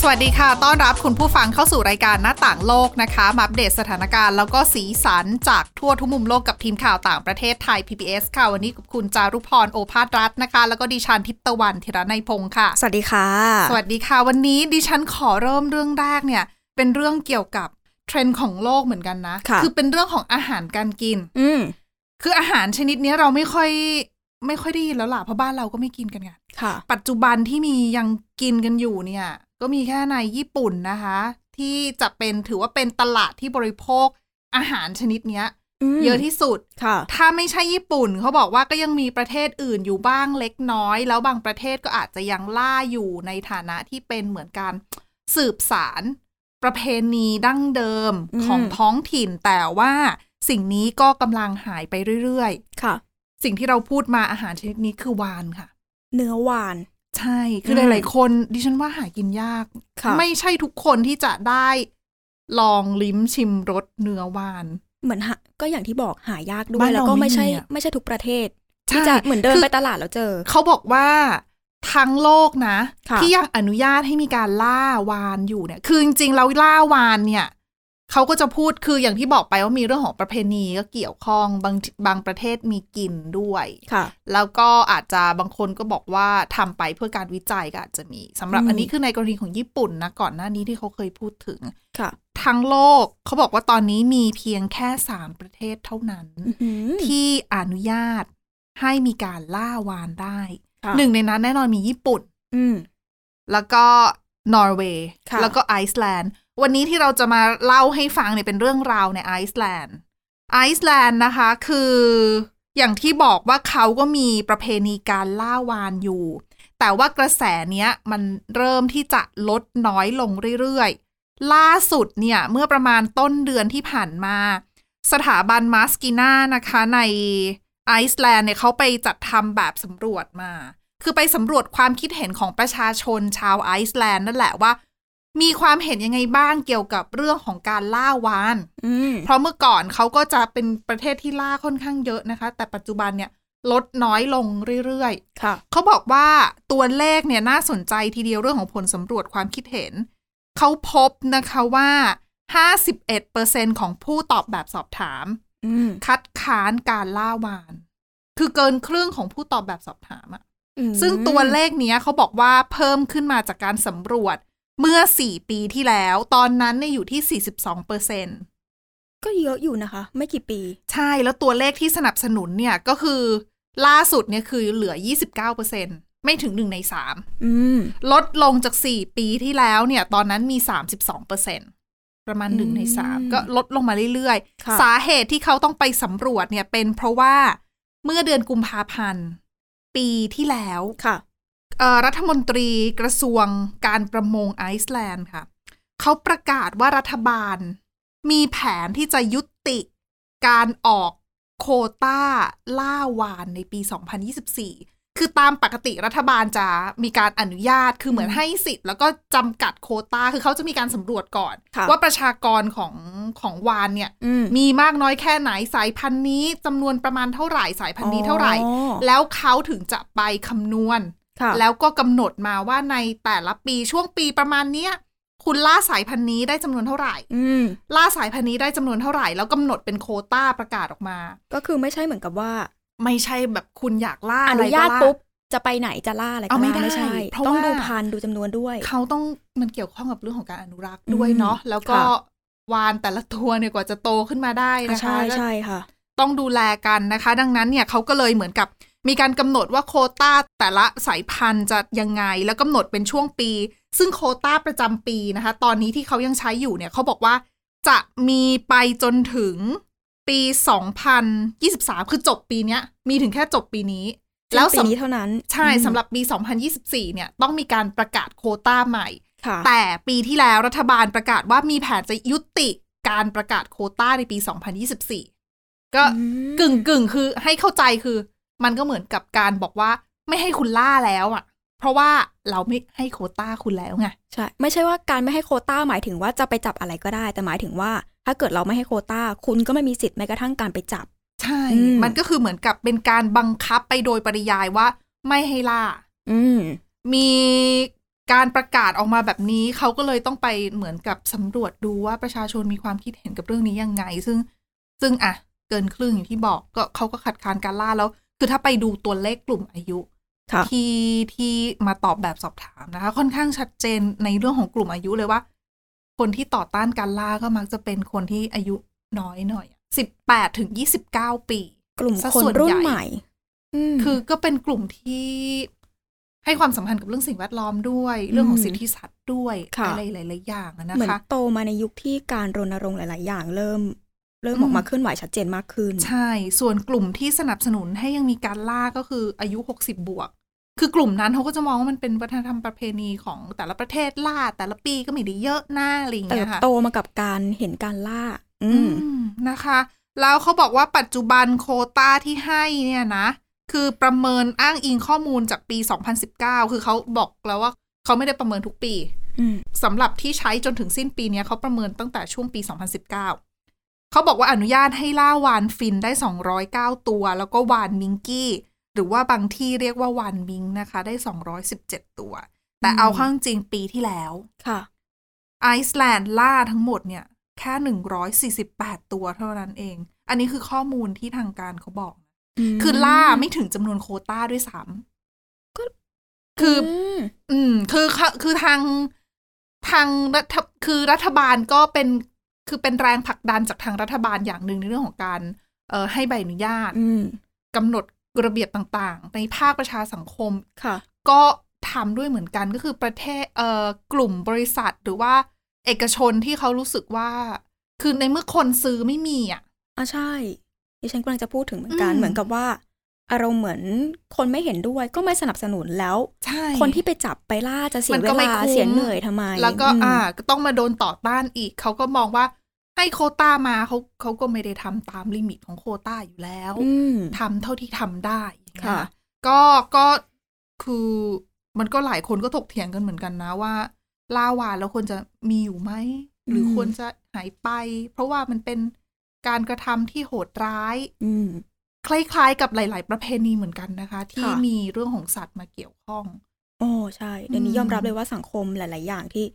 สวัสดีค่ะ ต้อนรับคุณผู้ฟังเข้าสู่รายการหน้าต่างโลกนะคะ มาอัปเดตสถานการณ์แล้วก็สีสันจากทั่วทุกมุมโลกกับทีมข่าวต่างประเทศไทย PBS ค่ะ วันนี้กับคุณจารุพร โอภาสรัตน์นะคะ แล้วก็ดิฉันทิพย์ตะวันธีรนัยพงค์ค่ะ สวัสดีค่ะ สวัสดีค่ะ วันนี้ดิฉันขอเริ่มเรื่องแรกเนี่ย เป็นเรื่องเกี่ยวกับเทรนด์ของโลกเหมือนกันนะ ค่ะ อเป็นเรื่องของอาหารการกิน อืม คืออาหารชนิดเนี้ยเราไม่ค่อยไม่ค่อยได้ยินแล้วล่ะเพราะบ้านเราก็ไม่กินกันไง ค่ะ ปัจจุบันที่มียังกินกันอยู่เนี่ย ก็มีแค่ในญี่ปุ่นนะคะ ที่จะเป็นถือว่าเป็นตลาดที่บริโภคอาหารชนิดเนี้ย เยอะที่สุด ค่ะ ถ้าไม่ใช่ญี่ปุ่นเขาบอกว่าก็ยังมีประเทศอื่นอยู่บ้างเล็กน้อย แล้วบางประเทศก็อาจจะยังล่าอยู่ในฐานะที่เป็นเหมือนการสืบสาร ประเพณีดั้งเดิม อืม ของท้องถิ่นแต่ว่าสิ่งนี้ก็กำลังหายไปเรื่อย ค่ะ ๆ สิ่งที่เราพูดมาอาหารชนิดนี้คือวานค่ะ เนื้อหวาน ใช่ คือ ม หลาย ๆ คน ดิฉันว่าหากินยาก ค่ะ ไม่ใช่ทุกคนที่จะได้ลองลิ้มชิมรสเนื้อวาน เหมือนหาก็อย่างที่บอกหายากด้ว บ้าย นเรา แล้วก็ไม่ใช่ ไม่มีอะ ไม่ใช่ทุกประเทศ ใช่ ที่จะเหมือนเดิน คื ไปตลาดแล้วเจอ เขาบอกว่าทั้งโลกนะ ค่ะ ที่ยังอนุญาตให้มีการล่าวานอยู่เนี่ย คือจริง ๆ แล้วล่าวานเนี่ย เขาก็จะพูด คืออย่างที่บอกไปว่ามีเรื่องของประเพณีก็เกี่ยวข้อง บางบางประเทศมีกินด้วย ค่ะ แล้วก็อาจจะบางคนก็บอกว่าทำไปเพื่อการวิจัยก็อาจจะมีสำหรับ อืม อันนี้คือในกรณีของญี่ปุ่นนะก่อนหน้านี้ที่เขาเคยพูดถึง ค่ะ ทั้งโลกเขาบอกว่าตอนนี้มีเพียงแค่ 3 ประเทศเท่านั้น อื้อหือ ที่อนุญาตให้มีการล่าวานได้ ค่ะ หนึ่งในนั้นแน่นอนมีญี่ปุ่น อืม แล้วก็นอร์เวย์ ค่ะ แล้วก็ไอซ์แลนด์วันนี้ที่เราจะมาเล่าให้ฟังเนี่ยเป็นเรื่องราวในไอซ์แลนด์ไอซ์แลนด์นะคะคืออย่างที่บอกว่าเขาก็มีประเพณีการล่าวานอยู่ แต่ว่ากระแสเนี้ยมันเริ่มที่จะลดน้อยลงเรื่อยๆ ล่าสุดเนี่ยเมื่อประมาณต้นเดือนที่ผ่านมา สถาบันมาสกิน่านะคะในไอซ์แลนด์เนี่ยเขาไปจัดทำแบบสำรวจมา คือไปสำรวจความคิดเห็นของประชาชนชาวไอซ์แลนด์นั่นแหละว่า มีความเห็นยังไงบ้างเกี่ยวกับเรื่องของการล่าวาน อืม เพราะเมื่อก่อนเขาก็จะเป็นประเทศที่ล่าค่อนข้างเยอะนะคะ แต่ปัจจุบันเนี่ยลดน้อยลงเรื่อยๆ ค่ะ เขาบอกว่าตัวเลขเนี่ยน่าสนใจทีเดียวเรื่องของผลสำรวจความคิดเห็น เขาพบนะคะว่า 51%ของผู้ตอบแบบสอบถาม อืม คัดค้านการล่าวาน คือเกินครึ่งของผู้ตอบแบบสอบถามอะ อืม ซึ่งตัวเลขเนี้ยเขาบอกว่าเพิ่มขึ้นมาจากการสำรวจเมื่อ 4 ปีที่แล้ว ตอนนั้นเนี่ยอยู่ที่ 42เปอร์เซ็นต์ ก็เยอะอยู่นะคะ ไม่กี่ปี ใช่แล้วตัวเลขที่สนับสนุนเนี่ยก็คือล่าสุดเนี่ยคือเหลือ 29%ไม่ถึง 1 ใน อืม 3 ลดลงจาก 4 ปีที่แล้วเนี่ย ตอนนั้นมี 32%ประมาณ อืม 1 ใน 3 ก็ลดลงมาเรื่อย ค่ะ ๆ สาเหตุที่เขาต้องไปสำรวจเนี่ยเป็นเพราะว่าเมื่อเดือนกุมภาพันธ์ ปีที่แล้ว ค่ะ เอ่อรัฐมนตรีกระทรวงการประมงไอซ์แลนด์ค่ะ เขาประกาศว่ารัฐบาล มีแผนที่จะยุติการออกโควต้าล่าวานในปี 2024 คือตามปกติรัฐบาลจะมีการอนุญาตคือเหมือนให้สิทธิ์ แล้วก็จำกัดโควต้า คือเขาจะมีการสำรวจก่อน ค่ะ ว่าประชากรของของวานเนี่ย อืม มีมากน้อยแค่ไหนสายพันธุ์นี้จำนวนประมาณเท่าไหร่สายพันธุ์นี้เท่าไหร่ อ๋อ แล้วเขาถึงจะไปคำนวณ ค่ะ แล้วก็กำหนดมาว่าในแต่ละปีช่วงปีประมาณเนี้ยคุณล่าสายพันธุ์นี้ได้จำนวนเท่าไหร่ อืม ล่าสายพันธุ์นี้ได้จำนวนเท่าไหร่ แล้วกำหนดเป็นโควต้าประกาศออกมา ก็คือไม่ใช่เหมือนกับว่า ไม่ใช่แบบคุณอยากล่า อ อะไร นุญาต ก็ล่ ปุ๊บ จะไปไหนจะล่าอะไรก็ เอาไม่ ล่าไม่ ได้ ใช่ เพราะ ต้อง ว่า ดูพันธุ์ดูจำนวนด้วย เขาต้องมันเกี่ยวข้องกับเรื่องของการอนุรักษ์ด้วย อืม เนาะแล้วก็ ค่ะ วานแต่ละตัวเนี่ยกว่าจะโตขึ้นมาได้นะ ใช่ คะ ใช่ค่ะ ต้องดูแลกันนะคะ ดังนั้นเนี่ยเขาก็เลยเหมือนกับมีการกำหนดว่าโควต้าแต่ละสายพันธุ์จะยังไง แล้วกำหนดเป็นช่วงปี ซึ่งโควต้าประจำปีนะคะ ตอนนี้ที่เขายังใช้อยู่เนี่ยเขาบอกว่าจะมีไปจนถึงปี 2023 คือจบปีเนี้ยมีถึงแค่จบปีนี้ แล้ แล้ว ว ปี สำ นี้เท่านั้น ใช่ อืม สำหรับปี 2024 เนี่ยต้องมีการประกาศโควต้าใหม่ ค่ะ แต่ปีที่แล้วรัฐบาลประกาศว่ามีแผนจะยุติการประกาศโควต้าในปี 2024 ก็ อืม กึ่งกึ่งๆคือให้เข้าใจคือ มันก็เหมือนกับการบอกว่าไม่ให้คุณล่าแล้วอ่ะ เพราะว่าเราไม่ให้โควต้าคุณแล้วไง ใช่ ไม่ใช่ว่าการไม่ให้โควต้าหมายถึงว่าจะไปจับอะไรก็ได้ แต่หมายถึงว่า ถ้าเกิดเราไม่ให้โควต้า คุณก็ไม่มีสิทธิ์แม้กระทั่งการไปจับ ใช่ อืม มันก็คือเหมือนกับเป็นการบังคับไปโดยปริยายว่าไม่ให้ล่า อืม มีการประกาศออกมาแบบนี้ เขาก็เลยต้องไปเหมือนกับสำรวจดูว่าประชาชนมีความคิดเห็นกับเรื่องนี้ยังไง ซึ่งซึ่งอ่ะเกินครึ่งอย่างที่บอกก็เขาก็ขัดขานการล่าแล้ว คือถ้าไปดูตัวเลขกลุ่มอายุ ค่ะ ที่ที่มาตอบแบบสอบถามนะคะ ค่อนข้างชัดเจนในเรื่องของกลุ่มอายุเลยว่า คนที่ต่อต้านการล่าก็มักจะเป็นคนที่อายุน้อยหน่อยสิบแปดถึงยี่สิบเก้าปี กลุ่ม สัด คน ส่วน รุ่ ใหญ่ นใหม่ม คือก็เป็นกลุ่มที่ให้ความสำคัญกับเรื่องสิ่งแวดล้อมด้วย เรื่องของสิทธิสัตว์ด้วย ค่ะ อะไรหลายๆอย่างอะนะ เหมือน คะ โตมาในยุคที่การรณรงค์หลาย ๆ อย่างเริ่ม เริ่ม อืม ออกมาเคลื่อนไหวชัดเจนมากขึ้น ใช่ ส่วนกลุ่มที่สนับสนุนให้ยังมีการล่าก็คืออายุ 60 บวก คือกลุ่มนั้นเขาก็จะมองว่ามันเป็นวัฒนธรรมประเพณีของแต่ละประเทศล่า แต่ละปีก็ไม่ได้เยอะหน้าอะไรอย่าง เติ เงี้ บ ยค่ะ โตมากับการเห็นการล่า อื อื ม มนะคะ แล้วเขาบอกว่าปัจจุบันโควต้าที่ให้เนี่ยนะ คือประเมินอ้างอิงข้อมูลจากปี 2019 คือเขาบอกแล้วว่าเขาไม่ได้ประเมินทุกปี อืม สำหรับที่ใช้จนถึงสิ้นปีเนี้ยเขาประเมินตั้งแต่ช่วงปี 2019 เขาบอกว่าอนุญาตให้ล่าวานฟินได้ 209 ตัว แล้วก็วานมิงกี้ หรือว่าบางที่เรียกว่าวานมิงนะคะ ได้ 217 ตัว แต่ อืม เอาเข้าจริงๆปีที่แล้ว ค่ะ ไอซ์แลนด์ล่าทั้งหมดเนี่ย แค่ 148 ตัวเท่านั้นเอง อันนี้คือข้อมูลที่ทางการเขาบอก คือล่าไม่ถึงจำนวนโควต้าด้วยซ้ำ ก็ คืออ ม อืมคือเขาคือทางทางรัฐคือรัฐบาลก็เป็นคือเป็นแรงผลักดันจากทางรัฐบาลอย่างหนึ่งในเรื่องของการเอ่อให้ใบอนุญาต อืม กำหนดระเบียบต่างๆ ในภาคประชาสังคม ค่ะ ก็ทำด้วยเหมือนกันก็คือประเทศเอ่อกลุ่มบริษัทหรือว่าเอกชนที่เขารู้สึกว่า คือในเมื่อคนซื้อไม่มีอ่ะ อ่ะใช่ดิฉันกำลังจะพูดถึงเหมือนกัน อืม เหมือนกับว่า อารมณ์เหมือนคนไม่เห็นด้วยก็ไม่สนับสนุนแล้ว ใช่ คนที่ไปจับไปล่าจะเสี มั ย น เว ก็ไม่ ลา คุ้ม เสียเหนื่อยทำไม แล้วก็ ม อ่าก็ต้องมาโดนต่อต้านอีก เขาก็มองว่าให้โควต้ามาเขาเขาก็ไม่ได้ทำตามลิมิตของโควต้าอยู่แล้ว อืม ทำเท่าที่ทำได้อย่างเงี้ย ค่ะ ก็ก็คือมันก็หลายคนก็ถกเถียงกันเหมือนกันนะว่าล่าวานแล้วควรจะมีอยู่ไหม หรือควรจะหายไป เพราะว่ามันเป็นการกระทำที่โหดร้าย อืม คล้ายๆ กับหลาย ๆ ประเพณีเหมือนกันนะคะ ที่ ค่ะ มีเรื่องของสัตว์มาเกี่ยวข้อง โอ้ใช่เดี๋ยวนี้ อืม ยอมรับเลยว่าสังคมหลาย ๆ อย่างที่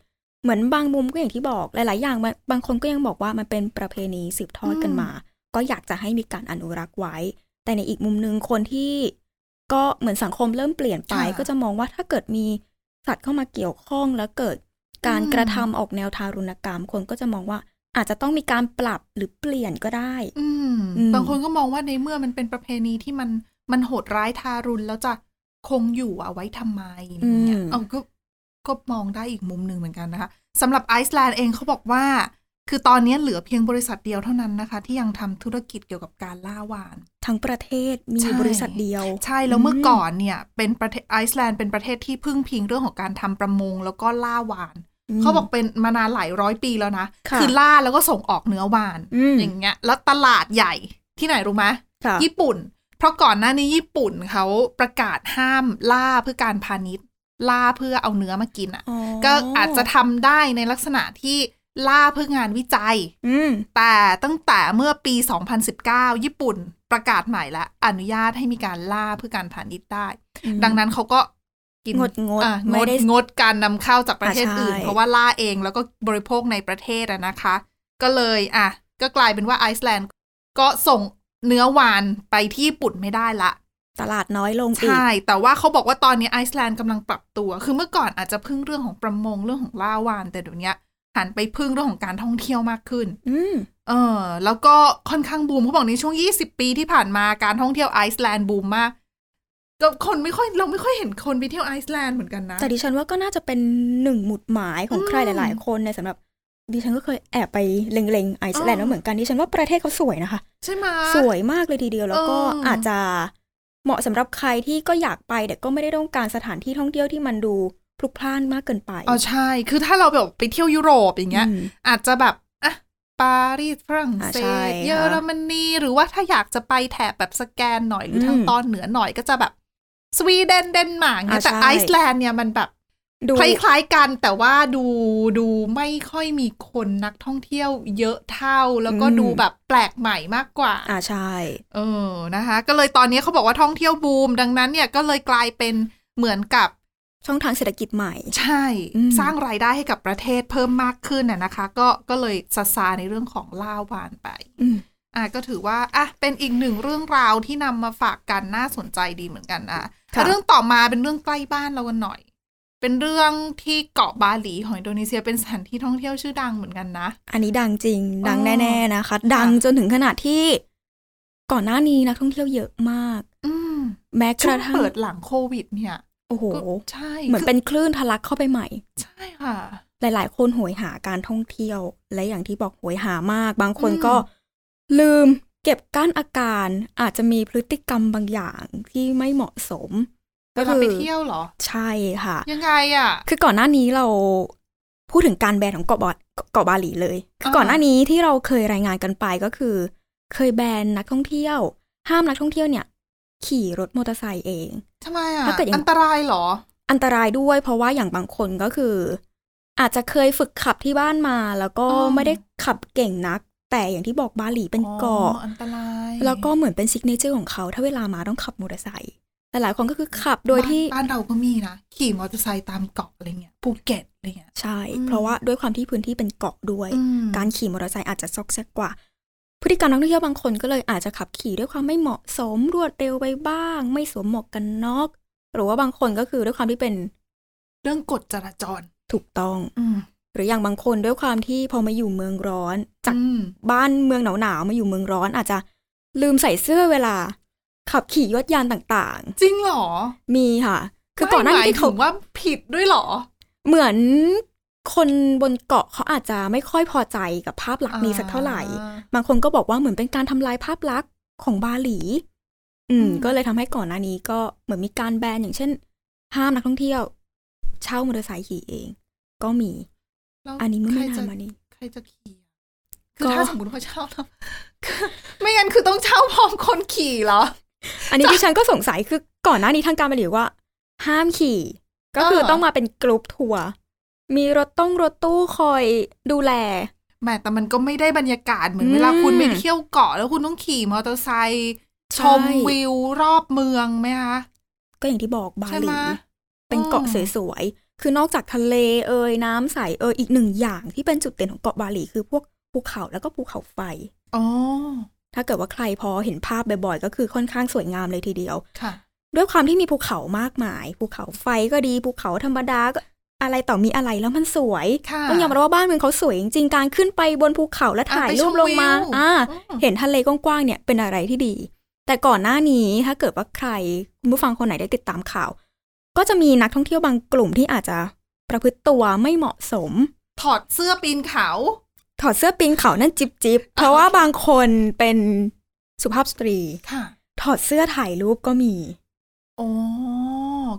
เหมือนบางมุมก็อย่างที่บอกหลาย ๆ อย่างมันบางคนก็ยังบอกว่ามันเป็นประเพณีสืบทอดกันมา ก็อยากจะให้มีการอนุรักษ์ไว้ แต่ในอีกมุมหนึ่งคนที่ ก็เหมือนสังคมเริ่มเปลี่ยนไป ค่ะ ก็จะมองว่าถ้าเกิดมีสัตว์เข้ามาเกี่ยวข้องแล้วเกิดการ อืม กระทำออกแนวทารุณกรรม คนก็จะมองว่าอาจจะต้องมีการปรับหรือเปลี่ยนก็ได้ อืม อืม บางคนก็มองว่าในเมื่อมันเป็นประเพณีที่มันมันโหดร้ายทารุณแล้วจะคงอยู่เอาไว้ทำไมอะไรเงี้ยเอาก็ก็มองได้อีกมุมหนึ่งเหมือนกันนะคะสำหรับไอซ์แลนด์เองเขาบอกว่า คือตอนนี้เหลือเพียงบริษัทเดียวเท่านั้นนะคะ ที่ยังทำธุรกิจเกี่ยวกับการล่าวาน ทั้งประเทศมี ใช่ บริษัทเดียว ใช่แล้วเมื่อก่อนเนี่ย เป็นประเทศไอซ์แลนด์เป็นประเทศที่พึ่งพิงเรื่องของการทำประมงแล้วก็ล่าวาน เขาบอกเป็นมานานหลายร้อยปีแล้วนะ ค่ะ อล่าแล้วก็ส่งออกเนื้อวาน อืม ย่างเงี้ย แล้วตลาดใหญ่ที่ไหนรู้ไหม ค่ะ ญี่ปุ่น เพราะก่อนหน้านี้ญี่ปุ่นเขาประกาศห้ามล่าเพื่อการพาณิชย์ ล่าเพื่อเอาเนื้อมากินอ่ะ อ๋ ก็อาจจะทำได้ในลักษณะที่ล่าเพื่องานวิจัย อืม แต่ตั้งแต่เมื่อปี 2019 ญี่ปุ่นประกาศใหม่ละอนุญาตให้มีการล่าเพื่อการพาณิชย์ได้ ดังนั้นเขาก็กิน งดงด อ่ะง ไม่ ด ได้ งดการนำเข้าจากประเทศ อ่ะใช่ อื่น เพราะว่าล่าเองแล้วก็บริโภคในประเทศอะนะคะ ก็เลยอ่ะก็กลายเป็นว่าไอซ์แลนด์ก็ส่งเนื้อวานไปที่ญี่ปุ่นไม่ได้ละ ตลาดน้อยลงอีก ใช่ แต่ว่าเขาบอกว่าตอนนี้ไอซ์แลนด์กำลังปรับตัว คือเมื่อก่อนอาจจะพึ่งเรื่องของประมงเรื่องของล่าวาน แต่เดี๋ยวนี้หันไปพึ่งเรื่องของการท่องเที่ยวมากขึ้น อืม เออแล้วก็ค่อนข้างบูมเขาบอกในช่วง 20 ปีที่ผ่านมาการท่องเที่ยวไอซ์แลนด์บูมมากก็คนไม่ค่อยเราไม่ค่อยเห็นคนไปเที่ยวไอซ์แลนด์เหมือนกันนะ แต่ดิฉันว่าก็น่าจะเป็นหนึ่งหมุดหมายของใคร อื ห ม ลาย ๆ คนในสำหรับ ดิฉันก็เคยแอบไปเล็ง ๆ ไอซ์แลนด์ อ๋อ มาเหมือนกันดิฉันว่าประเทศเขาสวยนะคะ ใช่ไหม สวยมากเลยทีเดียวแล้วก็ เอออ อาจจะเหมาะสำหรับใครที่ก็อยากไปแต่ก็ไม่ได้ต้องการสถานที่ท่องเที่ยวที่มันดูพลุกพล่านมากเกินไป อ๋อใช่ คือถ้าเราแบบไปเที่ยวยุโรปอย่างเงี้ย อืม อาจจะแบบอ่ะปารีสฝรั่งเศ อ่าใช่ ส ค่ะ เยอรมนีหรือว่าถ้าอยากจะไปแถบแบบสแกนหน่อยหรืออ ม ทางตอนเหนือหน่อยก็จะแบบ สวีเดนเดนมาร์กเนี่ย อ่า แต่ ใช่ ไอซ์แลนด์เนี่ยมันแบบ ดู คล้ายๆกันแต่ว่าดูดูไม่ค่อยมีคนนักท่องเที่ยวเยอะเท่า แล้วก็ดูแบบแปลกใหม่มากกว่า อ่าใช่ เออ นะคะ ก็เลยตอนนี้เขาบอกว่าท่องเที่ยวบูม ดังนั้นเนี่ยก็เลยกลายเป็นเหมือนกับ ช่องทางเศรษฐกิจใหม่ ใช่ อืม สร้างรายได้ให้กับประเทศเพิ่มมากขึ้นน่ะนะคะ ก็ก็เลยซาซาในเรื่องของล่าวานไป อืม อ่ะก็ถือว่าอ่ะเป็นอีกหนึ่งเรื่องราวที่นำมาฝากกันน่าสนใจดีเหมือนกันอ่ะ ค่ะ เรื่องต่อมาเป็นเรื่องใกล้บ้านเรากันหน่อย เป็นเรื่องที่เกาะบาหลีของอินโดนีเซียเป็นสถานที่ท่องเที่ยวชื่อดังเหมือนกันนะ อันนี้ดังจริง ดัง อ๋อ แน่ๆนะคะ ดังจนถึงขนาดที่ ก่อนหน้านี้นักท่องเที่ยวเยอะมาก อืม แม้ก ช่ว ระ ง ทั่ง เปิดหลังโควิด เนี่ย โอ้โห ก็ใช่ เหมือน คื เป็นคลื่นทะลักเข้าไปใหม่ ใช่ค่ะ หลาย ๆ คนโหยหาการท่องเที่ยว และอย่างที่บอกโหยหามาก บางคน อืม ก็ลืมเก็บกั้นอาการ อาจจะมีพฤติกรรมบางอย่างที่ไม่เหมาะสม ก็ เราไปเที่ยวเหรอ ใช่ค่ะ ยังไงอ่ะ คือก่อนหน้านี้เราพูดถึงการแบนของเกาะบอเกาะบาหลีเลย คืออา ก่อนหน้านี้ที่เราเคยรายงานกันไปก็คือ เคยแบนนักท่องเที่ยว ห้ามนักท่องเที่ยวเนี่ย ขี่รถมอเตอร์ไซค์เอง ทำไมอ่ะ ถ้าเกิดยัง อันตรายเหรอ อันตรายด้วยเพราะว่าอย่างบางคนก็คือ อาจจะเคยฝึกขับที่บ้านมา แล้วก็ อ๋อ ไม่ได้ขับเก่งนัก แต่อย่างที่บอกบาหลีเป็นเกาะ อ๋ออันตราย แล้วก็เหมือนเป็นซิกเนเจอร์ของเขาถ้าเวลามาต้องขับมอเตอร์ไซค์แต่หลายคนก็คือขับโดยที่ บ้านบ้านเราก็มีนะ ขี่มอเตอร์ไซค์ตามเกาะอะไรเงี้ยภูเก็ตอะไรเงี้ย ใช่ อืม เพราะว่าด้วยความที่พื้นที่เป็นเกาะด้วย อืม การขี่มอเตอร์ไซค์อาจจะซอกแซกกว่า พฤติกรรมนักท่องเที่ยวบางคนก็เลยอาจจะขับขี่ด้วยความไม่เหมาะสมรวดเร็วไปบ้าง ไม่สวมหมวกกันน็อกหรือว่าบางคนก็คือด้วยความที่เป็น เรื่องกฎจราจร ถูกต้อง อืม หรืออย่างบางคนด้วยความที่พอมาอยู่เมืองร้อน จาก อืม บ้านเมืองหนาวๆมาอยู่เมืองร้อน อาจจะลืมใส่เสื้อเวลา ขับขี่ยวดยานต่าง จริงเหรอ ๆ มีค่ะ คือก่อนหน้า ไม่ นี้หมที่ย เขา ถึงว่าผิดด้วยเหรอ เหมือนคนบนเกาะเขาอาจจะไม่ค่อยพอใจกับภาพลักษณ์นี้ อ่า สักเท่าไหร่ บางคนก็บอกว่าเหมือนเป็นการทำลายภาพลักษณ์ของบาหลี อืม อืม ก็เลยทำให้ก่อนหน้านี้ก็เหมือนมีการแบนอย่างเช่น ห้ามนักท่องเที่ยว เช่ามอเตอร์ไซค์ขี่เอง ก็มี แล้ว อันนี้เมื่อ ใคร ไม่นา จะ นมานี้ ใครจะขี่อะคือ ก็ ถ้าสมมติว่าเช่าแล้ว คือไม่งั้นคือต้องเช่าพร้อมคนขี่เหรอ อันนี้ที่ฉันก็สงสัยคือก่อนหน้านี้ทางการบาหลีว่า ห้ามขี่ ก็คือ เออ ต้องมาเป็นกรุ๊ปทัวร์มีรถต้องรถตู้คอยดูแล แหมแต่มันก็ไม่ได้บรรยากาศเหมือน อืม เวลาคุณไปเที่ยวเกาะแล้วคุณต้องขี่มอเตอร์ไซค์ชม ใช่ วิวรอบเมืองไหมคะ ก็อย่างที่บอกบา ใช่ หลี ไหม เป็นเกาะ อืม สวยๆ คือนอกจากทะเลเอ่ยน้ำใสเอ่ยอีกหนึ่งอย่างที่เป็นจุดเด่นของเกาะบาหลีคือพวกภูเขาแล้วก็ภูเขาไฟ อ๋อ ถ้าเกิดว่าใครพอเห็นภาพบ่อยๆ ก็คือค่อนข้างสวยงามเลยทีเดียว ค่ะ ด้วยความที่มีภูเขามากมาย ภูเขาไฟก็ดีภูเขาธรรมดาก็อะไรต่อมีอะไรแล้วมันสวย ค่ะ ต้องยอมรับว่าบ้านเมืองเขาสวยจริงๆการขึ้นไปบนภูเขาและถ่ายรูปลงมา อ่ะไปชมวิว อ่า อืม เห็นทะเลกว้างๆเนี่ยเป็นอะไรที่ดี แต่ก่อนหน้านี้ถ้าเกิดว่าใครคุณผู้ฟังคนไหนได้ติดตามข่าว ก็จะมีนักท่องเที่ยวบางกลุ่มที่อาจจะประพฤติตัวไม่เหมาะสม ถอดเสื้อปีนเขา ถอดเสื้อปีนเขานั่นจิบจิบๆเพราะว่าบางคนเป็นสุภาพสตรี ค่ะ ถอดเสื้อถ่ายรูปก็มี โอ้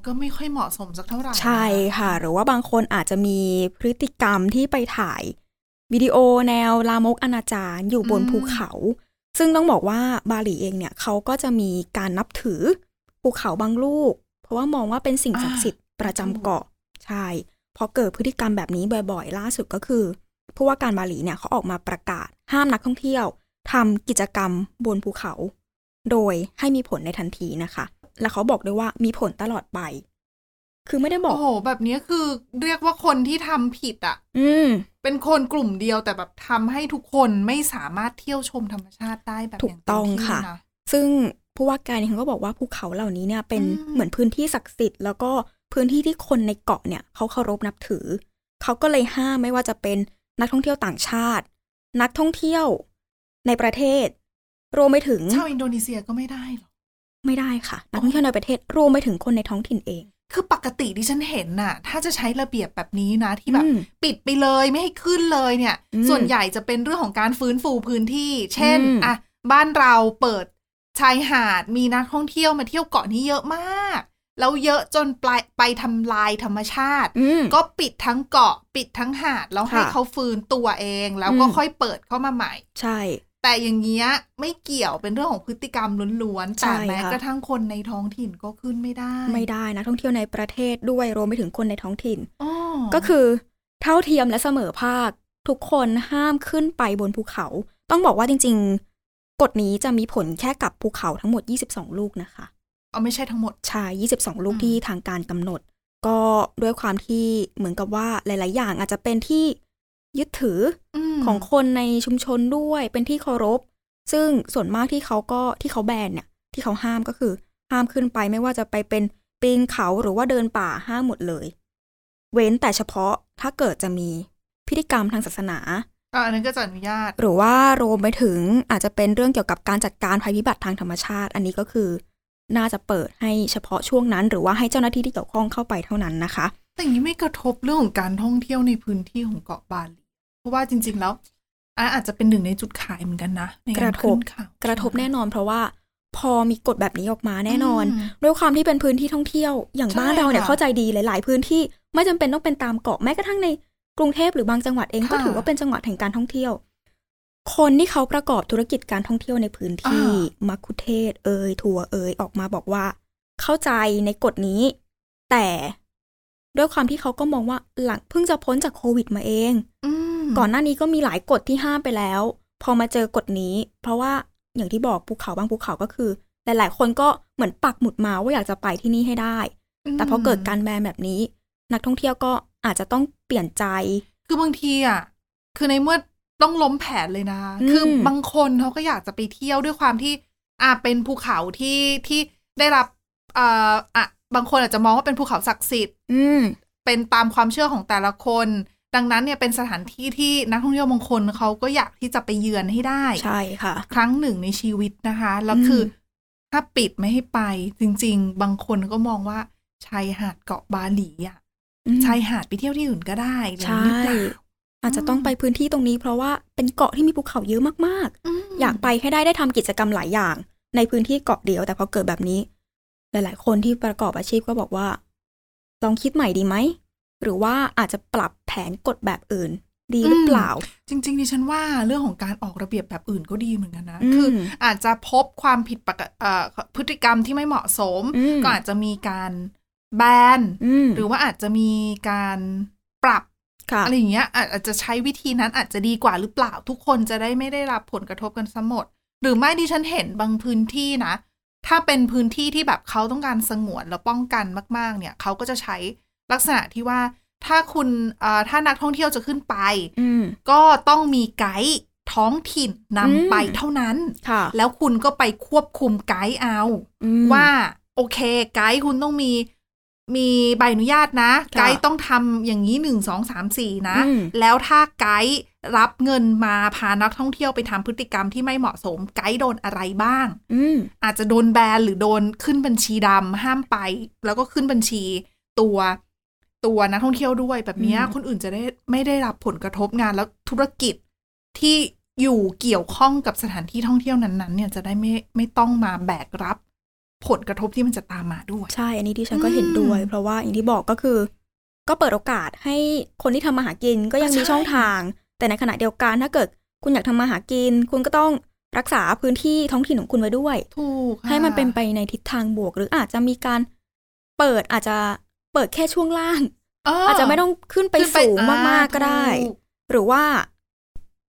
ก็ไม่ค่อยเหมาะสมสักเท่าไหร่นะ ใช่ค่ะ หรือว่าบางคนอาจจะมีพฤติกรรมที่ไปถ่าย วิดีโอแนวลามกอนาจารอยู่บนภูเขา ซึ่งต้องบอกว่าบาหลีเองเนี่ยเขาก็จะมีการนับถือภูเขาบางลูก เพราะว่ามองว่าเป็นสิ่งศักดิ์สิทธิ์ประจำเกาะใช่พอเกิดพฤติกรรมแบบนี้บ่อยๆ ล่าสุดก็คือผู้ว่าการบาหลีเนี่ยเขาออกมาประกาศ ห้ามนักท่องเที่ยวทำกิจกรรมบนภูเขา โดยให้มีผลในทันทีนะคะ และเขาบอกด้วยว่ามีผลตลอดไป คือไม่ได้บอก โอ้โห แบบนี้คือเรียกว่าคนที่ทำผิดอ่ะ อืม เป็นคนกลุ่มเดียวแต่แบบทำให้ทุกคนไม่สามารถเที่ยวชมธรรมชาติได้แบบ ถูกต้อง ย่าเมที่ ค่ะ น ซึ่งผู้ว่าการเนี่ยเขาก็บอกว่าภูเขาเหล่านี้เนี่ยเป็น อืม เหมือนพื้นที่ศักดิ์สิทธิ์แล้วก็พื้นที่ที่คนในเกาะเนี่ยเขาเคารพนับถือ เขาก็เลยห้ามไม่ว่าจะเป็นนักท่องเที่ยวต่างชาติ นักท่องเที่ยวในประเทศ รวมไปถึง ชาวอินโดนีเซียก็ไม่ได้หรอ ไม่ได้ค่ะ นักท่องเที่ยวในประเทศรวมไปถึงคนในท้องถิ่นเอง คือปกติที่ฉันเห็นน่ะ ถ้าจะใช้ระเบียบแบบนี้นะ ที่แบบ อืม ปิดไปเลยไม่ให้ขึ้นเลยเนี่ย อืม ส่วนใหญ่จะเป็นเรื่องของการฟื้นฟูพื้นที่ เช่น อืม อ่ะบ้านเราเปิดชายหาดมีนักท่องเที่ยวมาเที่ยวเกาะนี้เยอะมาก แล้วเยอะจนปลายไปทำลายธรรมชาติ อืม ก็ปิดทั้งเกาะปิดทั้งหาดแล้วให้ ค่ะ เขาฟื้นตัวเอง แล้วก็ อืม ค่อยเปิดเข้ามาใหม่ ใช่ แต่อย่างเงี้ยไม่เกี่ยวเป็นเรื่องของพฤติกรรมล้วนๆแต่ ใช่ แม้ ค่ะ กระทั่งคนในท้องถิ่นก็ขึ้นไม่ได้ ไม่ได้นะท่องเที่ยวในประเทศด้วยรวมไปถึงคนในท้องถิ่น อ้อ ก็คือเท่าเทียมและเสมอภาค ทุกคนห้ามขึ้นไปบนภูเขา ต้องบอกว่าจริง ๆ กฎนี้จะมีผลแค่กับภูเขาทั้งหมด 22 ลูกนะคะ เอาไม่ใช่ทั้งหมด ใช่ 22 ลูก อืม ที่ทางการกำหนด ก็ด้วยความที่เหมือนกับว่าหลาย ๆ อย่างอาจจะเป็นที่ยึดถือ ม อของคนในชุมชนด้วยเป็นที่เคารพ ซึ่งส่วนมากที่เขาก็ที่เขาแบนเนี่ยที่เขาห้ามก็คือ ห้ามขึ้นไปไม่ว่าจะไปเป็นปีนเขาหรือว่าเดินป่าห้ามหมดเลย เว้นแต่เฉพาะถ้าเกิดจะมีพิธีกรรมทางศาสนา อ่ะอันนั้นก็จะอนุญาต หรือว่ารวมไปถึงอาจจะเป็นเรื่องเกี่ยวกับการจัดการภัยพิบัติทางธรรมชาติ อันนี้ก็คือน่าจะเปิดให้เฉพาะช่วงนั้น หรือว่าให้เจ้าหน้าที่ที่เกี่ยวข้องเข้าไปเท่านั้นนะคะ แต่อย่างนี้ไม่กระทบเรื่องของการท่องเที่ยวในพื้นที่ของเกาะบาหลีเพราะว่าจริง ๆ แล้วอ่ะอาจจะเป็นหนึ่งในจุดขายเหมือนกันนะในาก ร ระท ขึ้ บ นเขา กระทบแน่นอน เพราะว่าพอมีกฎแบบนี้ออกมาแน่นอน ม ด้วยความที่เป็นพื้นที่ท่องเที่ยวอย่าง ใช่ บ้านเราเนี่ย ค่ะ เข้าใจดีหลาย ๆ พื้นที่ไม่จำเป็นต้องเป็นตามเกาะแม้กระทั่งในกรุงเทพหรือบางจังหวัดเองก็ ค่ะ ถือว่าเป็นจังหวัดแห่งการท่องเที่ยว คนที่เขาประกอบธุรกิจการท่องเที่ยวในพื้นที่ อ่ มักคุเทศก์เอยทัวร์เอยออกมาบอกว่า เข้าใจในกฎนี้ แต่ด้วยความที่เขาก็มองว่าหลังเพิ่งจะพ้นจากโควิดมาเอง อืม ก่อนหน้านี้ก็มีหลายกฎที่ห้ามไปแล้ว พอมาเจอกฎนี้ เพราะว่าอย่างที่บอกภูเขาบางภูเขาก็คือ หลาย ๆ คนก็เหมือนปักหมุดมาว่าอยากจะไปที่นี่ให้ได้ ม แต่พอเกิดการแบนแบบนี้ นักท่องเที่ยวก็อาจจะต้องเปลี่ยนใจ คือบางทีอ่ะคือในเมื่อต้องล้มแผนเลยนะ อืม คือบางคนเขาก็อยากจะไปเที่ยวด้วยความที่อ่ะเป็นภูเขาที่ที่ได้รับเอ่ออ่ะบางคนอาจจะมองว่าเป็นภูเขาศักดิ์สิทธิ์ อืม เป็นตามความเชื่อของแต่ละคน ดังนั้นเนี่ยเป็นสถานที่ที่นักท่องเที่ยวบางคนเขาก็อยากที่จะไปเยือนให้ได้ ใช่ค่ะ ครั้งหนึ่งในชีวิตนะคะ แล้วคืออถ้าปิดไม่ให้ไป จริง ๆ บางคนก็มองว่าชายหาดเกาะบาหลีอ่ะชายหาดไปเที่ยวที่อื่นก็ได้อะไรอย่าง ใช่ นี้หรือเปล่า อาจจะต้องไปพื้นที่ตรงนี้เพราะว่าเป็นเกาะที่มีภูเขาเยอะมาก ๆ ม อยากไปให้ได้ได้ทำกิจกรรมหลายอย่าง ในพื้นที่เกาะเดียว แต่พอเกิดแบบนี้ หลาย ๆ คนที่ประกอบอาชีพก็บอกว่า ลองคิดใหม่ดีไหม หรือว่าอาจจะปรับแผนกฎแบบอื่น ดีหรือเปล่า จริงๆดิฉันว่าเรื่องของการออกระเบียบแบบอื่นก็ดีเหมือนกันนะ อืม คืออาจจะพบความผิดปกติเอ่อพฤติกรรมที่ไม่เหมาะสม อืม ก็อาจจะมีการแบน อืม หรือว่าอาจจะมีการปรับ ค่ะ อะไรอย่างเงี้ยอาจอาจจะใช้วิธีนั้นอาจจะดีกว่าหรือเปล่า ทุกคนจะได้ไม่ได้รับผลกระทบกันทั้งหมด หรือไม่ดิฉันเห็นบางพื้นที่นะ ถ้าเป็นพื้นที่ที่แบบเขาต้องการสงวนแล้วป้องกันมาก ๆ เนี่ยเขาก็จะใช้ลักษณะที่ว่าถ้าคุณเอ่อถ้านักท่องเที่ยวจะขึ้นไป อืม ก็ต้องมีไกด์ท้องถิ่นนำ อืม ไปเท่านั้น ค่ะ แล้วคุณก็ไปควบคุมไกด์เอา อืม ว่าโอเค ไกด์คุณต้องมีมีใบอนุญาตนะ ค่ะ ไกด์ต้องทำอย่างนี้หนึ่งสองสามสี่นะ อืม แล้วถ้าไกด์รับเงินมาพานักท่องเที่ยวไปทำพฤติกรรมที่ไม่เหมาะสม ไกด์โดนอะไรบ้าง อืม อาจจะโดนแบนหรือโดนขึ้นบัญชีดำห้ามไป แล้วก็ขึ้นบัญชีตัวตัวนักท่องเที่ยวด้วยแบบเนี้ย อืม คนอื่นจะได้ไม่ได้รับผลกระทบงานแล้วธุรกิจที่อยู่เกี่ยวข้องกับสถานที่ท่องเที่ยวนั้นๆ เนี่ยจะได้ไม่ไม่ต้องมาแบกรับ ผลกระทบที่มันจะตามมาด้วย ใช่ อันนี้ดิฉันก็เห็นด้วย อืม เพราะว่าอย่างที่บอกก็คือ ก็เปิดโอกาสให้คนที่ทำมาหากินก็ยังมี ใช่ ช่องทาง แต่ในขณะเดียวกันถ้าเกิด คุณอยากทำมาหากิน คุณก็ต้องรักษาพื้นที่ท้องถิ่นของคุณไว้ด้วย ถูกค่ะ ให้มันเป็นไปในทิศทางบวก หรืออาจจะมีการเปิดอาจจะเปิดแค่ช่วงล่าง เ อาจจะไม่ต้องขึ้นไป ขึ้น สูงมาก อ่ ๆก็ได้ ถูก หรือว่า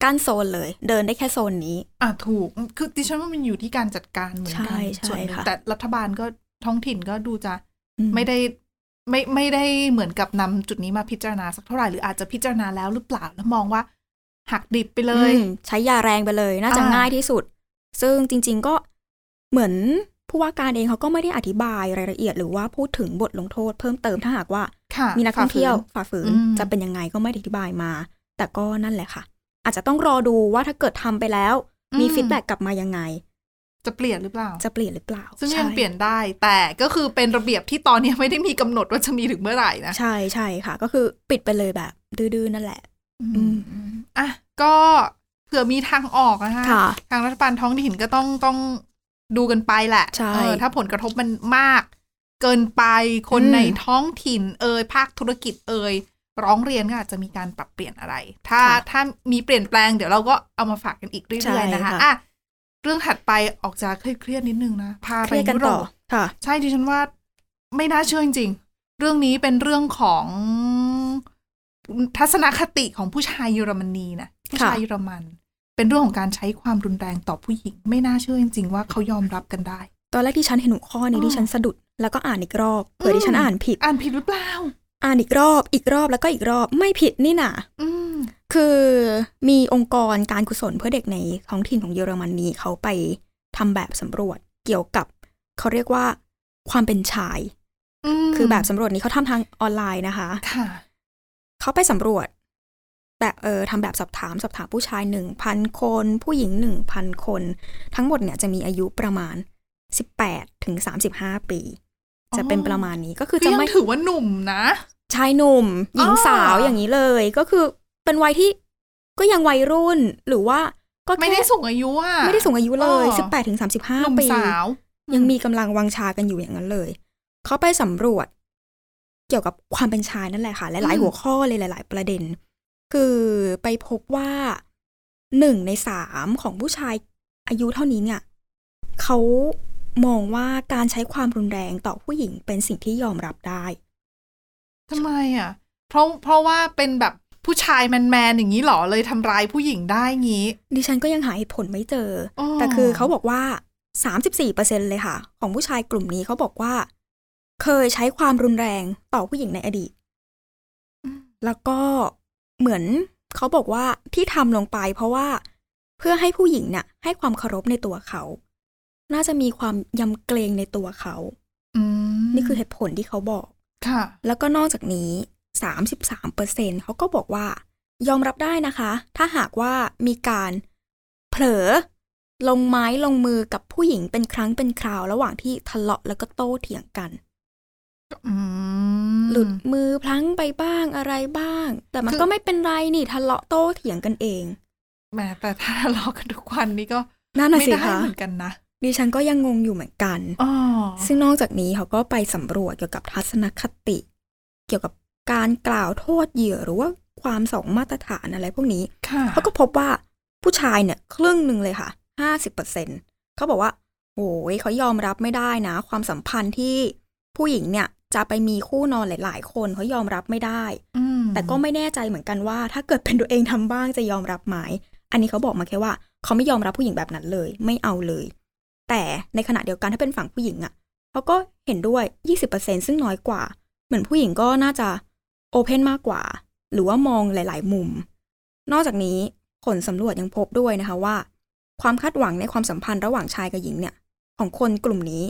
กั้นโซนเลย เดินได้แค่โซนนี้ อ่ะถูกคือดิฉันว่ามันอยู่ที่การจัดการเหมือนกัน ใช่ใช่ ส่วนหนึ่ง ค่ะ แต่รัฐบาลก็ท้องถิ่นก็ดูจะ อื ไม่ได้ไม่ไม่ได้เหมือนกับนำจุดนี้มาพิจารณาสักเท่าไหร่หรืออาจจะพิจารณาแล้วหรือเปล่าแล้วมองว่า หักดิบไปเลย อืมใช้ยาแรงไปเลย น่าจะ อ่า ง่ายที่สุด ซึ่งจริง ๆก็เหมือนผู้ว่าการเองเขาก็ไม่ได้อธิบายรายละเอียด หรือว่าพูดถึงบทลงโทษ เพิ่มเติมถ้าหากว่า ค่ะ มีนักท่องเที่ยว ฝ่าฝื ฝ่าฝืน อืม จะเป็นยังไงก็ไม่ได้อธิบายมา แต่ก็นั่นแหละค่ะ อาจจะต้องรอดูว่าถ้าเกิดทำไปแล้ว อื มีฟีดแบ็กกลับมายังไง จะเปลี่ยนหรือเปล่า จะเปลี่ยนหรือเปล่า ซึ่งยัง ใช่ เปลี่ยนได้ แต่ก็คือเป็นระเบียบที่ตอนนี้ไม่ได้มีกำหนดว่าจะมีถึงเมื่อไหร่นะ ใช่ใช่ค่ะ ก็คือปิดไปเลยแบบดื้อๆนั่นแหละ อืมอ่ะก็เผื่อมีทางออกนะคะ ค่ะ ทางรัฐบาลท้องถิ่นก็ต้องต้องดูกันไปแหละ ใช่ เออถ้าผลกระทบมันมาก เกินไปคน อืม ในท้องถิ่น เอ่ยภาคธุรกิจเอ่ย ร้องเรียนก็อาจจะมีการปรับเปลี่ยนอะไร ถ้า ค่ะ ถ้ามีเปลี่ยนแปลงเดี๋ยวเราก็เอามาฝากกันอีกเรื่อยๆนะคะ ใช่ค่ะ อ่ะเรื่องถัดไปออกจากเครียดๆนิดนึงนะพา เค ไป รียดกัน ยุโร ต่อ ป ค่ะ ใช่ดิฉันว่าไม่น่าเชื่อจริงๆ เรื่องนี้เป็นเรื่องของทัศนคติของผู้ชายเยอรมนีนะผู้ชาย ค่ะ เยอรมัน เป็นเรื่องของการใช้ความรุนแรงต่อผู้หญิง ไม่น่าเชื่อจริง ๆ ว่าเขายอมรับกันได้ ตอนแรกที่ฉันเห็นหัวข้อนี้ อ๋อ ดิฉันสะดุด แล้วก็อ่านอีกรอบเผื่อ ม ดิฉันอ่านผิด อ่านผิดหรือเปล่า อ่านอีกรอบอีกรอบแล้วก็อีกรอบไม่ผิดนี่น่ะ อืม คือมีองค์กรการกุศลเพื่อเด็กในท้องถิ่นของเยอรมนีเขาไปทำแบบสำรวจเกี่ยวกับ เขาเรียกว่าความเป็นชาย ม คือแบบสำรวจนี้เขาทำทางออนไลน์นะคะ ค่ะ เขาไปสำรวจ แต่เออทำแบบสอบถามสอบถามผู้ชาย 1,000 คน ผู้หญิง 1,000 คน ทั้งหมดเนี่ยจะมีอายุประมาณ 18ถึง35 ปี จะเป็นประมาณนี้ก็คือ คือ จะ ยัง ไม่ ถือว่าหนุ่มนะ ชายหนุ่ม หญิงสาว อ๋ออ อย่างนี้เลย ก็คือเป็นวัยที่ก็ยังวัยรุ่นหรือว่าก็แค่ ไม่ได้สูงอายุอ่ะ ไม่ได้สูงอายุเลย อ๋อ 18ถึง หนุ่ม 35 ปี สาว ยังมีกำลังวังชากันอยู่อย่างนั้นเลย เขาไปสำรวจ เกี่ยวกับความเป็นชายนั่นแหละค่ะ หลาย ๆ หัวข้อเลยหลาย ๆ ประเด็น คือไปพบว่าหนึ่งในสามของผู้ชายอายุเท่านี้เนี่ยเขามองว่าการใช้ความรุนแรงต่อผู้หญิงเป็นสิ่งที่ยอมรับได้ ทำไมอ่ะ เพราะเพราะว่าเป็นแบบผู้ชายแมนๆอย่างนี้เหรอเลยทำร้ายผู้หญิงได้งี้ ดิฉันก็ยังหาเหตุผลไม่เจออ อ แต่คือเขาบอกว่า 34%เลยค่ะ ของผู้ชายกลุ่มนี้เขาบอกว่า เคยใช้ความรุนแรงต่อผู้หญิงในอดีต แล้วก็เหมือนเขาบอกว่าที่ทำลงไป เพราะว่าเพื่อให้ผู้หญิงเนี่ยให้ความเคารพในตัวเขา น่าจะมีความยำเกรงในตัวเขา อืม นี่คือเหตุผลที่เขาบอก ค่ะ แล้วก็นอกจากนี้ 33เปอร์เซ็นเขาก็บอกว่ายอมรับได้นะคะ ถ้าหากว่ามีการเผลอลงไม้ลงมือกับผู้หญิงเป็นครั้งเป็นคราว ระหว่างที่ทะเลาะแล้วก็โต้เถียงกัน อืม หลุดมือพลั้งไปบ้างอะไรบ้าง แต่มัน คือ ก็ไม่เป็นไรนี่ทะเลาะโต้เถียงกันเอง แหมแต่ถ้าทะเลาะกันทุกวันนี้ก็ นั่นน่ะ ไม่ สิ ได้ คะ เหมือนกันนะ ดิฉันก็ยังงงอยู่เหมือนกัน อ๋อ ซึ่งนอกจากนี้เขาก็ไปสำรวจเกี่ยวกับทัศนคติ เกี่ยวกับการกล่าวโทษเหยื่อหรือว่าความสองมาตรฐานอะไรพวกนี้ ค่ะ เขาก็พบว่าผู้ชายเนี่ยครึ่งหนึ่งเลยค่ะห้าสิบเปอร์เซ็นเขาบอกว่าโอ้ยเขายอมรับไม่ได้นะ ความสัมพันธ์ที่ผู้หญิงเนี่ยจะไปมีคู่นอนหลาย ๆ คนเขายอมรับไม่ได้ อืม แต่ก็ไม่แน่ใจเหมือนกันว่า ถ้าเกิดเป็นตัวเองทำบ้างจะยอมรับไหมอันนี้เขาบอกมาแค่ว่า เขาไม่ยอมรับผู้หญิงแบบนั้นเลย ไม่เอาเลย แต่ในขณะเดียวกันถ้าเป็นฝั่งผู้หญิงอะ่ะเขาก็เห็นด้วย 20%ซึ่งน้อยกว่า เหมือนผู้หญิงก็น่าจะโอเพนมากกว่า หรือว่ามองหลาย ๆ มุม นอกจากนี้ผลสำรวจยังพบด้วยนะคะว่า ความคาดหวังในความสัมพันธ์ระหว่างชายกับหญิงเนี่ย ของคนกลุ่มนี้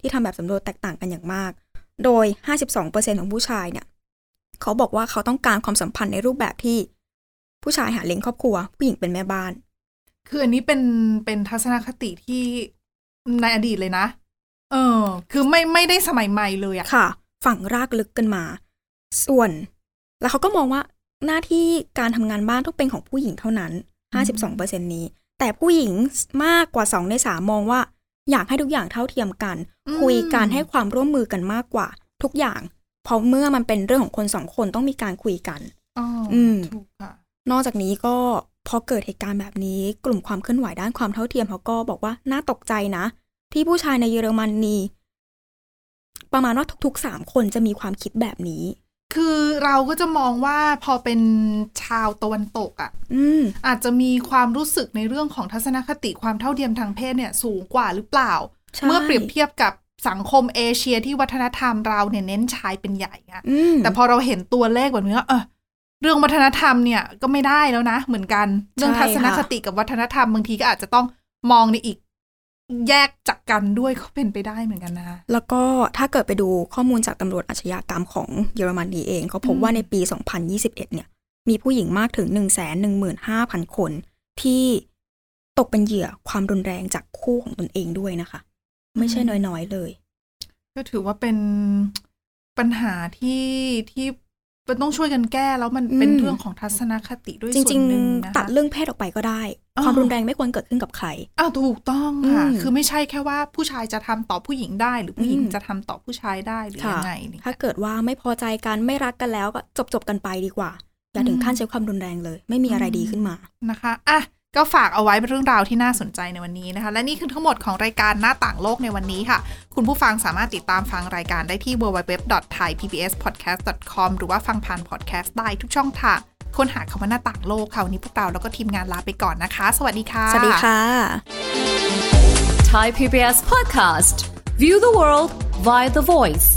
ที่ทำแบบสำรวจแตกต่างกันอย่างมาก โดย 52%ของผู้ชายเนี่ย เขาบอกว่าเขาต้องการความสัมพันธ์ในรูปแบบที่ ผู้ชายหาเลี้ยงครอบครัว ผู้หญิงเป็นแม่บ้าน คืออันนี้เป็นเป็นทัศนคติที่ในอดีตเลยนะ เออ คือไม่ไม่ได้สมัยใหม่เลยอะ ค่ะ ฝั่งรากลึกกันมา ส่วน แล้วเขาก็มองว่าหน้าที่การทำงานบ้านต้องเป็นของผู้หญิงเท่านั้น 52%นี้ แต่ผู้หญิงมากกว่า 2 ใน 3 มองว่า อยากให้ทุกอย่างเท่าเทียมกัน คุยกันให้ความร่วมมือกันมากกว่า ทุกอย่าง เพราะเมื่อมันเป็นเรื่องของคนสองคนต้องมีการคุยกัน อ๋ออ ม ถูกค่ะ นอกจากนี้ก็พอเกิดเหตุการณ์แบบนี้ กลุ่มความเคลื่อนไหวด้านความเท่าเทียมเขาก็บอกว่าน่าตกใจนะ ที่ผู้ชายในเยอรมนนีประมาณว่าทุกๆสามคนจะมีความคิดแบบนี้ คือเราก็จะมองว่าพอเป็นชาวตะวันตกอะ อืม อาจจะมีความรู้สึกในเรื่องของทัศนคติความเท่าเทียมทางเพศเนี่ยสูงกว่าหรือเปล่า ใช่ เมื่อเปรียบเทียบกับสังคมเอเชียที่วัฒนธรรมเราเนี่ยเน้นชายเป็นใหญ่อะ อืม แต่พอเราเห็นตัวเลขแบบนี้ก็เออเรื่องวัฒนธรรมเนี่ยก็ไม่ได้แล้วนะ เหมือนกัน เรื่องทัศนคติกับวัฒนธรรมบางทีก็อาจจะต้องมองในอีก แยกจากกันด้วยก็เป็นไปได้เหมือนกันนะ แล้วก็ถ้าเกิดไปดูข้อมูลจากตำรวจอาชญากรรมของเยอรมนีเองเขาพบว่า อืม ในปี 2021 เนี่ย มีผู้หญิงมากถึง 115,000 คน ที่ตกเป็นเหยื่อความรุนแรงจากคู่ของตนเองด้วยนะคะ ไม่ใช่น้อยๆเลย ก็ถือว่าเป็นปัญหาที่ที่มันต้องช่วยกันแก้แล้วมันเป็น อืม เรื่องของทัศนคติด้วย จ ส่ ริ ว ง นหนึ่งนะคะๆตัดเรื่องเพศออกไปก็ได้ อ่า ความรุนแรงไม่ควรเกิดขึ้นกับใคร อ่ะถูกต้องค่ะ อืม คือไม่ใช่แค่ว่าผู้ชายจะทำต่อผู้หญิงได้ หรือผู้หญิง อืม จะทำต่อผู้ชายได้หรือ ค่ะ ยังไงเนี่ย ถ้าเกิดว่าไม่พอใจกันไม่รักกันแล้วก็จบจบๆกันไปดีกว่า อย่าถึงขั้นใช้ความรุนแรงเลย ไม่มีอะไรดีขึ้นมา นะคะอ่ะก็ฝากเอาไว้เป็นเรื่องราวที่น่าสนใจในวันนี้นะคะ และนี่คือทั้งหมดของรายการหน้าต่างโลกในวันนี้ค่ะ คุณผู้ฟังสามารถติดตามฟังรายการได้ที่ www.thaipbspodcast.com หรือว่าฟังผ่านพอดแคสต์ได้ทุกช่องทางค้นหาคำว่าหน้าต่างโลกค่ะวันนี้พวกเราแล้วก็ทีมงานลาไปก่อนนะคะ สวัสดีค่ะ สวัสดีค่ะ Thai PBS podcast. View the world via the voice.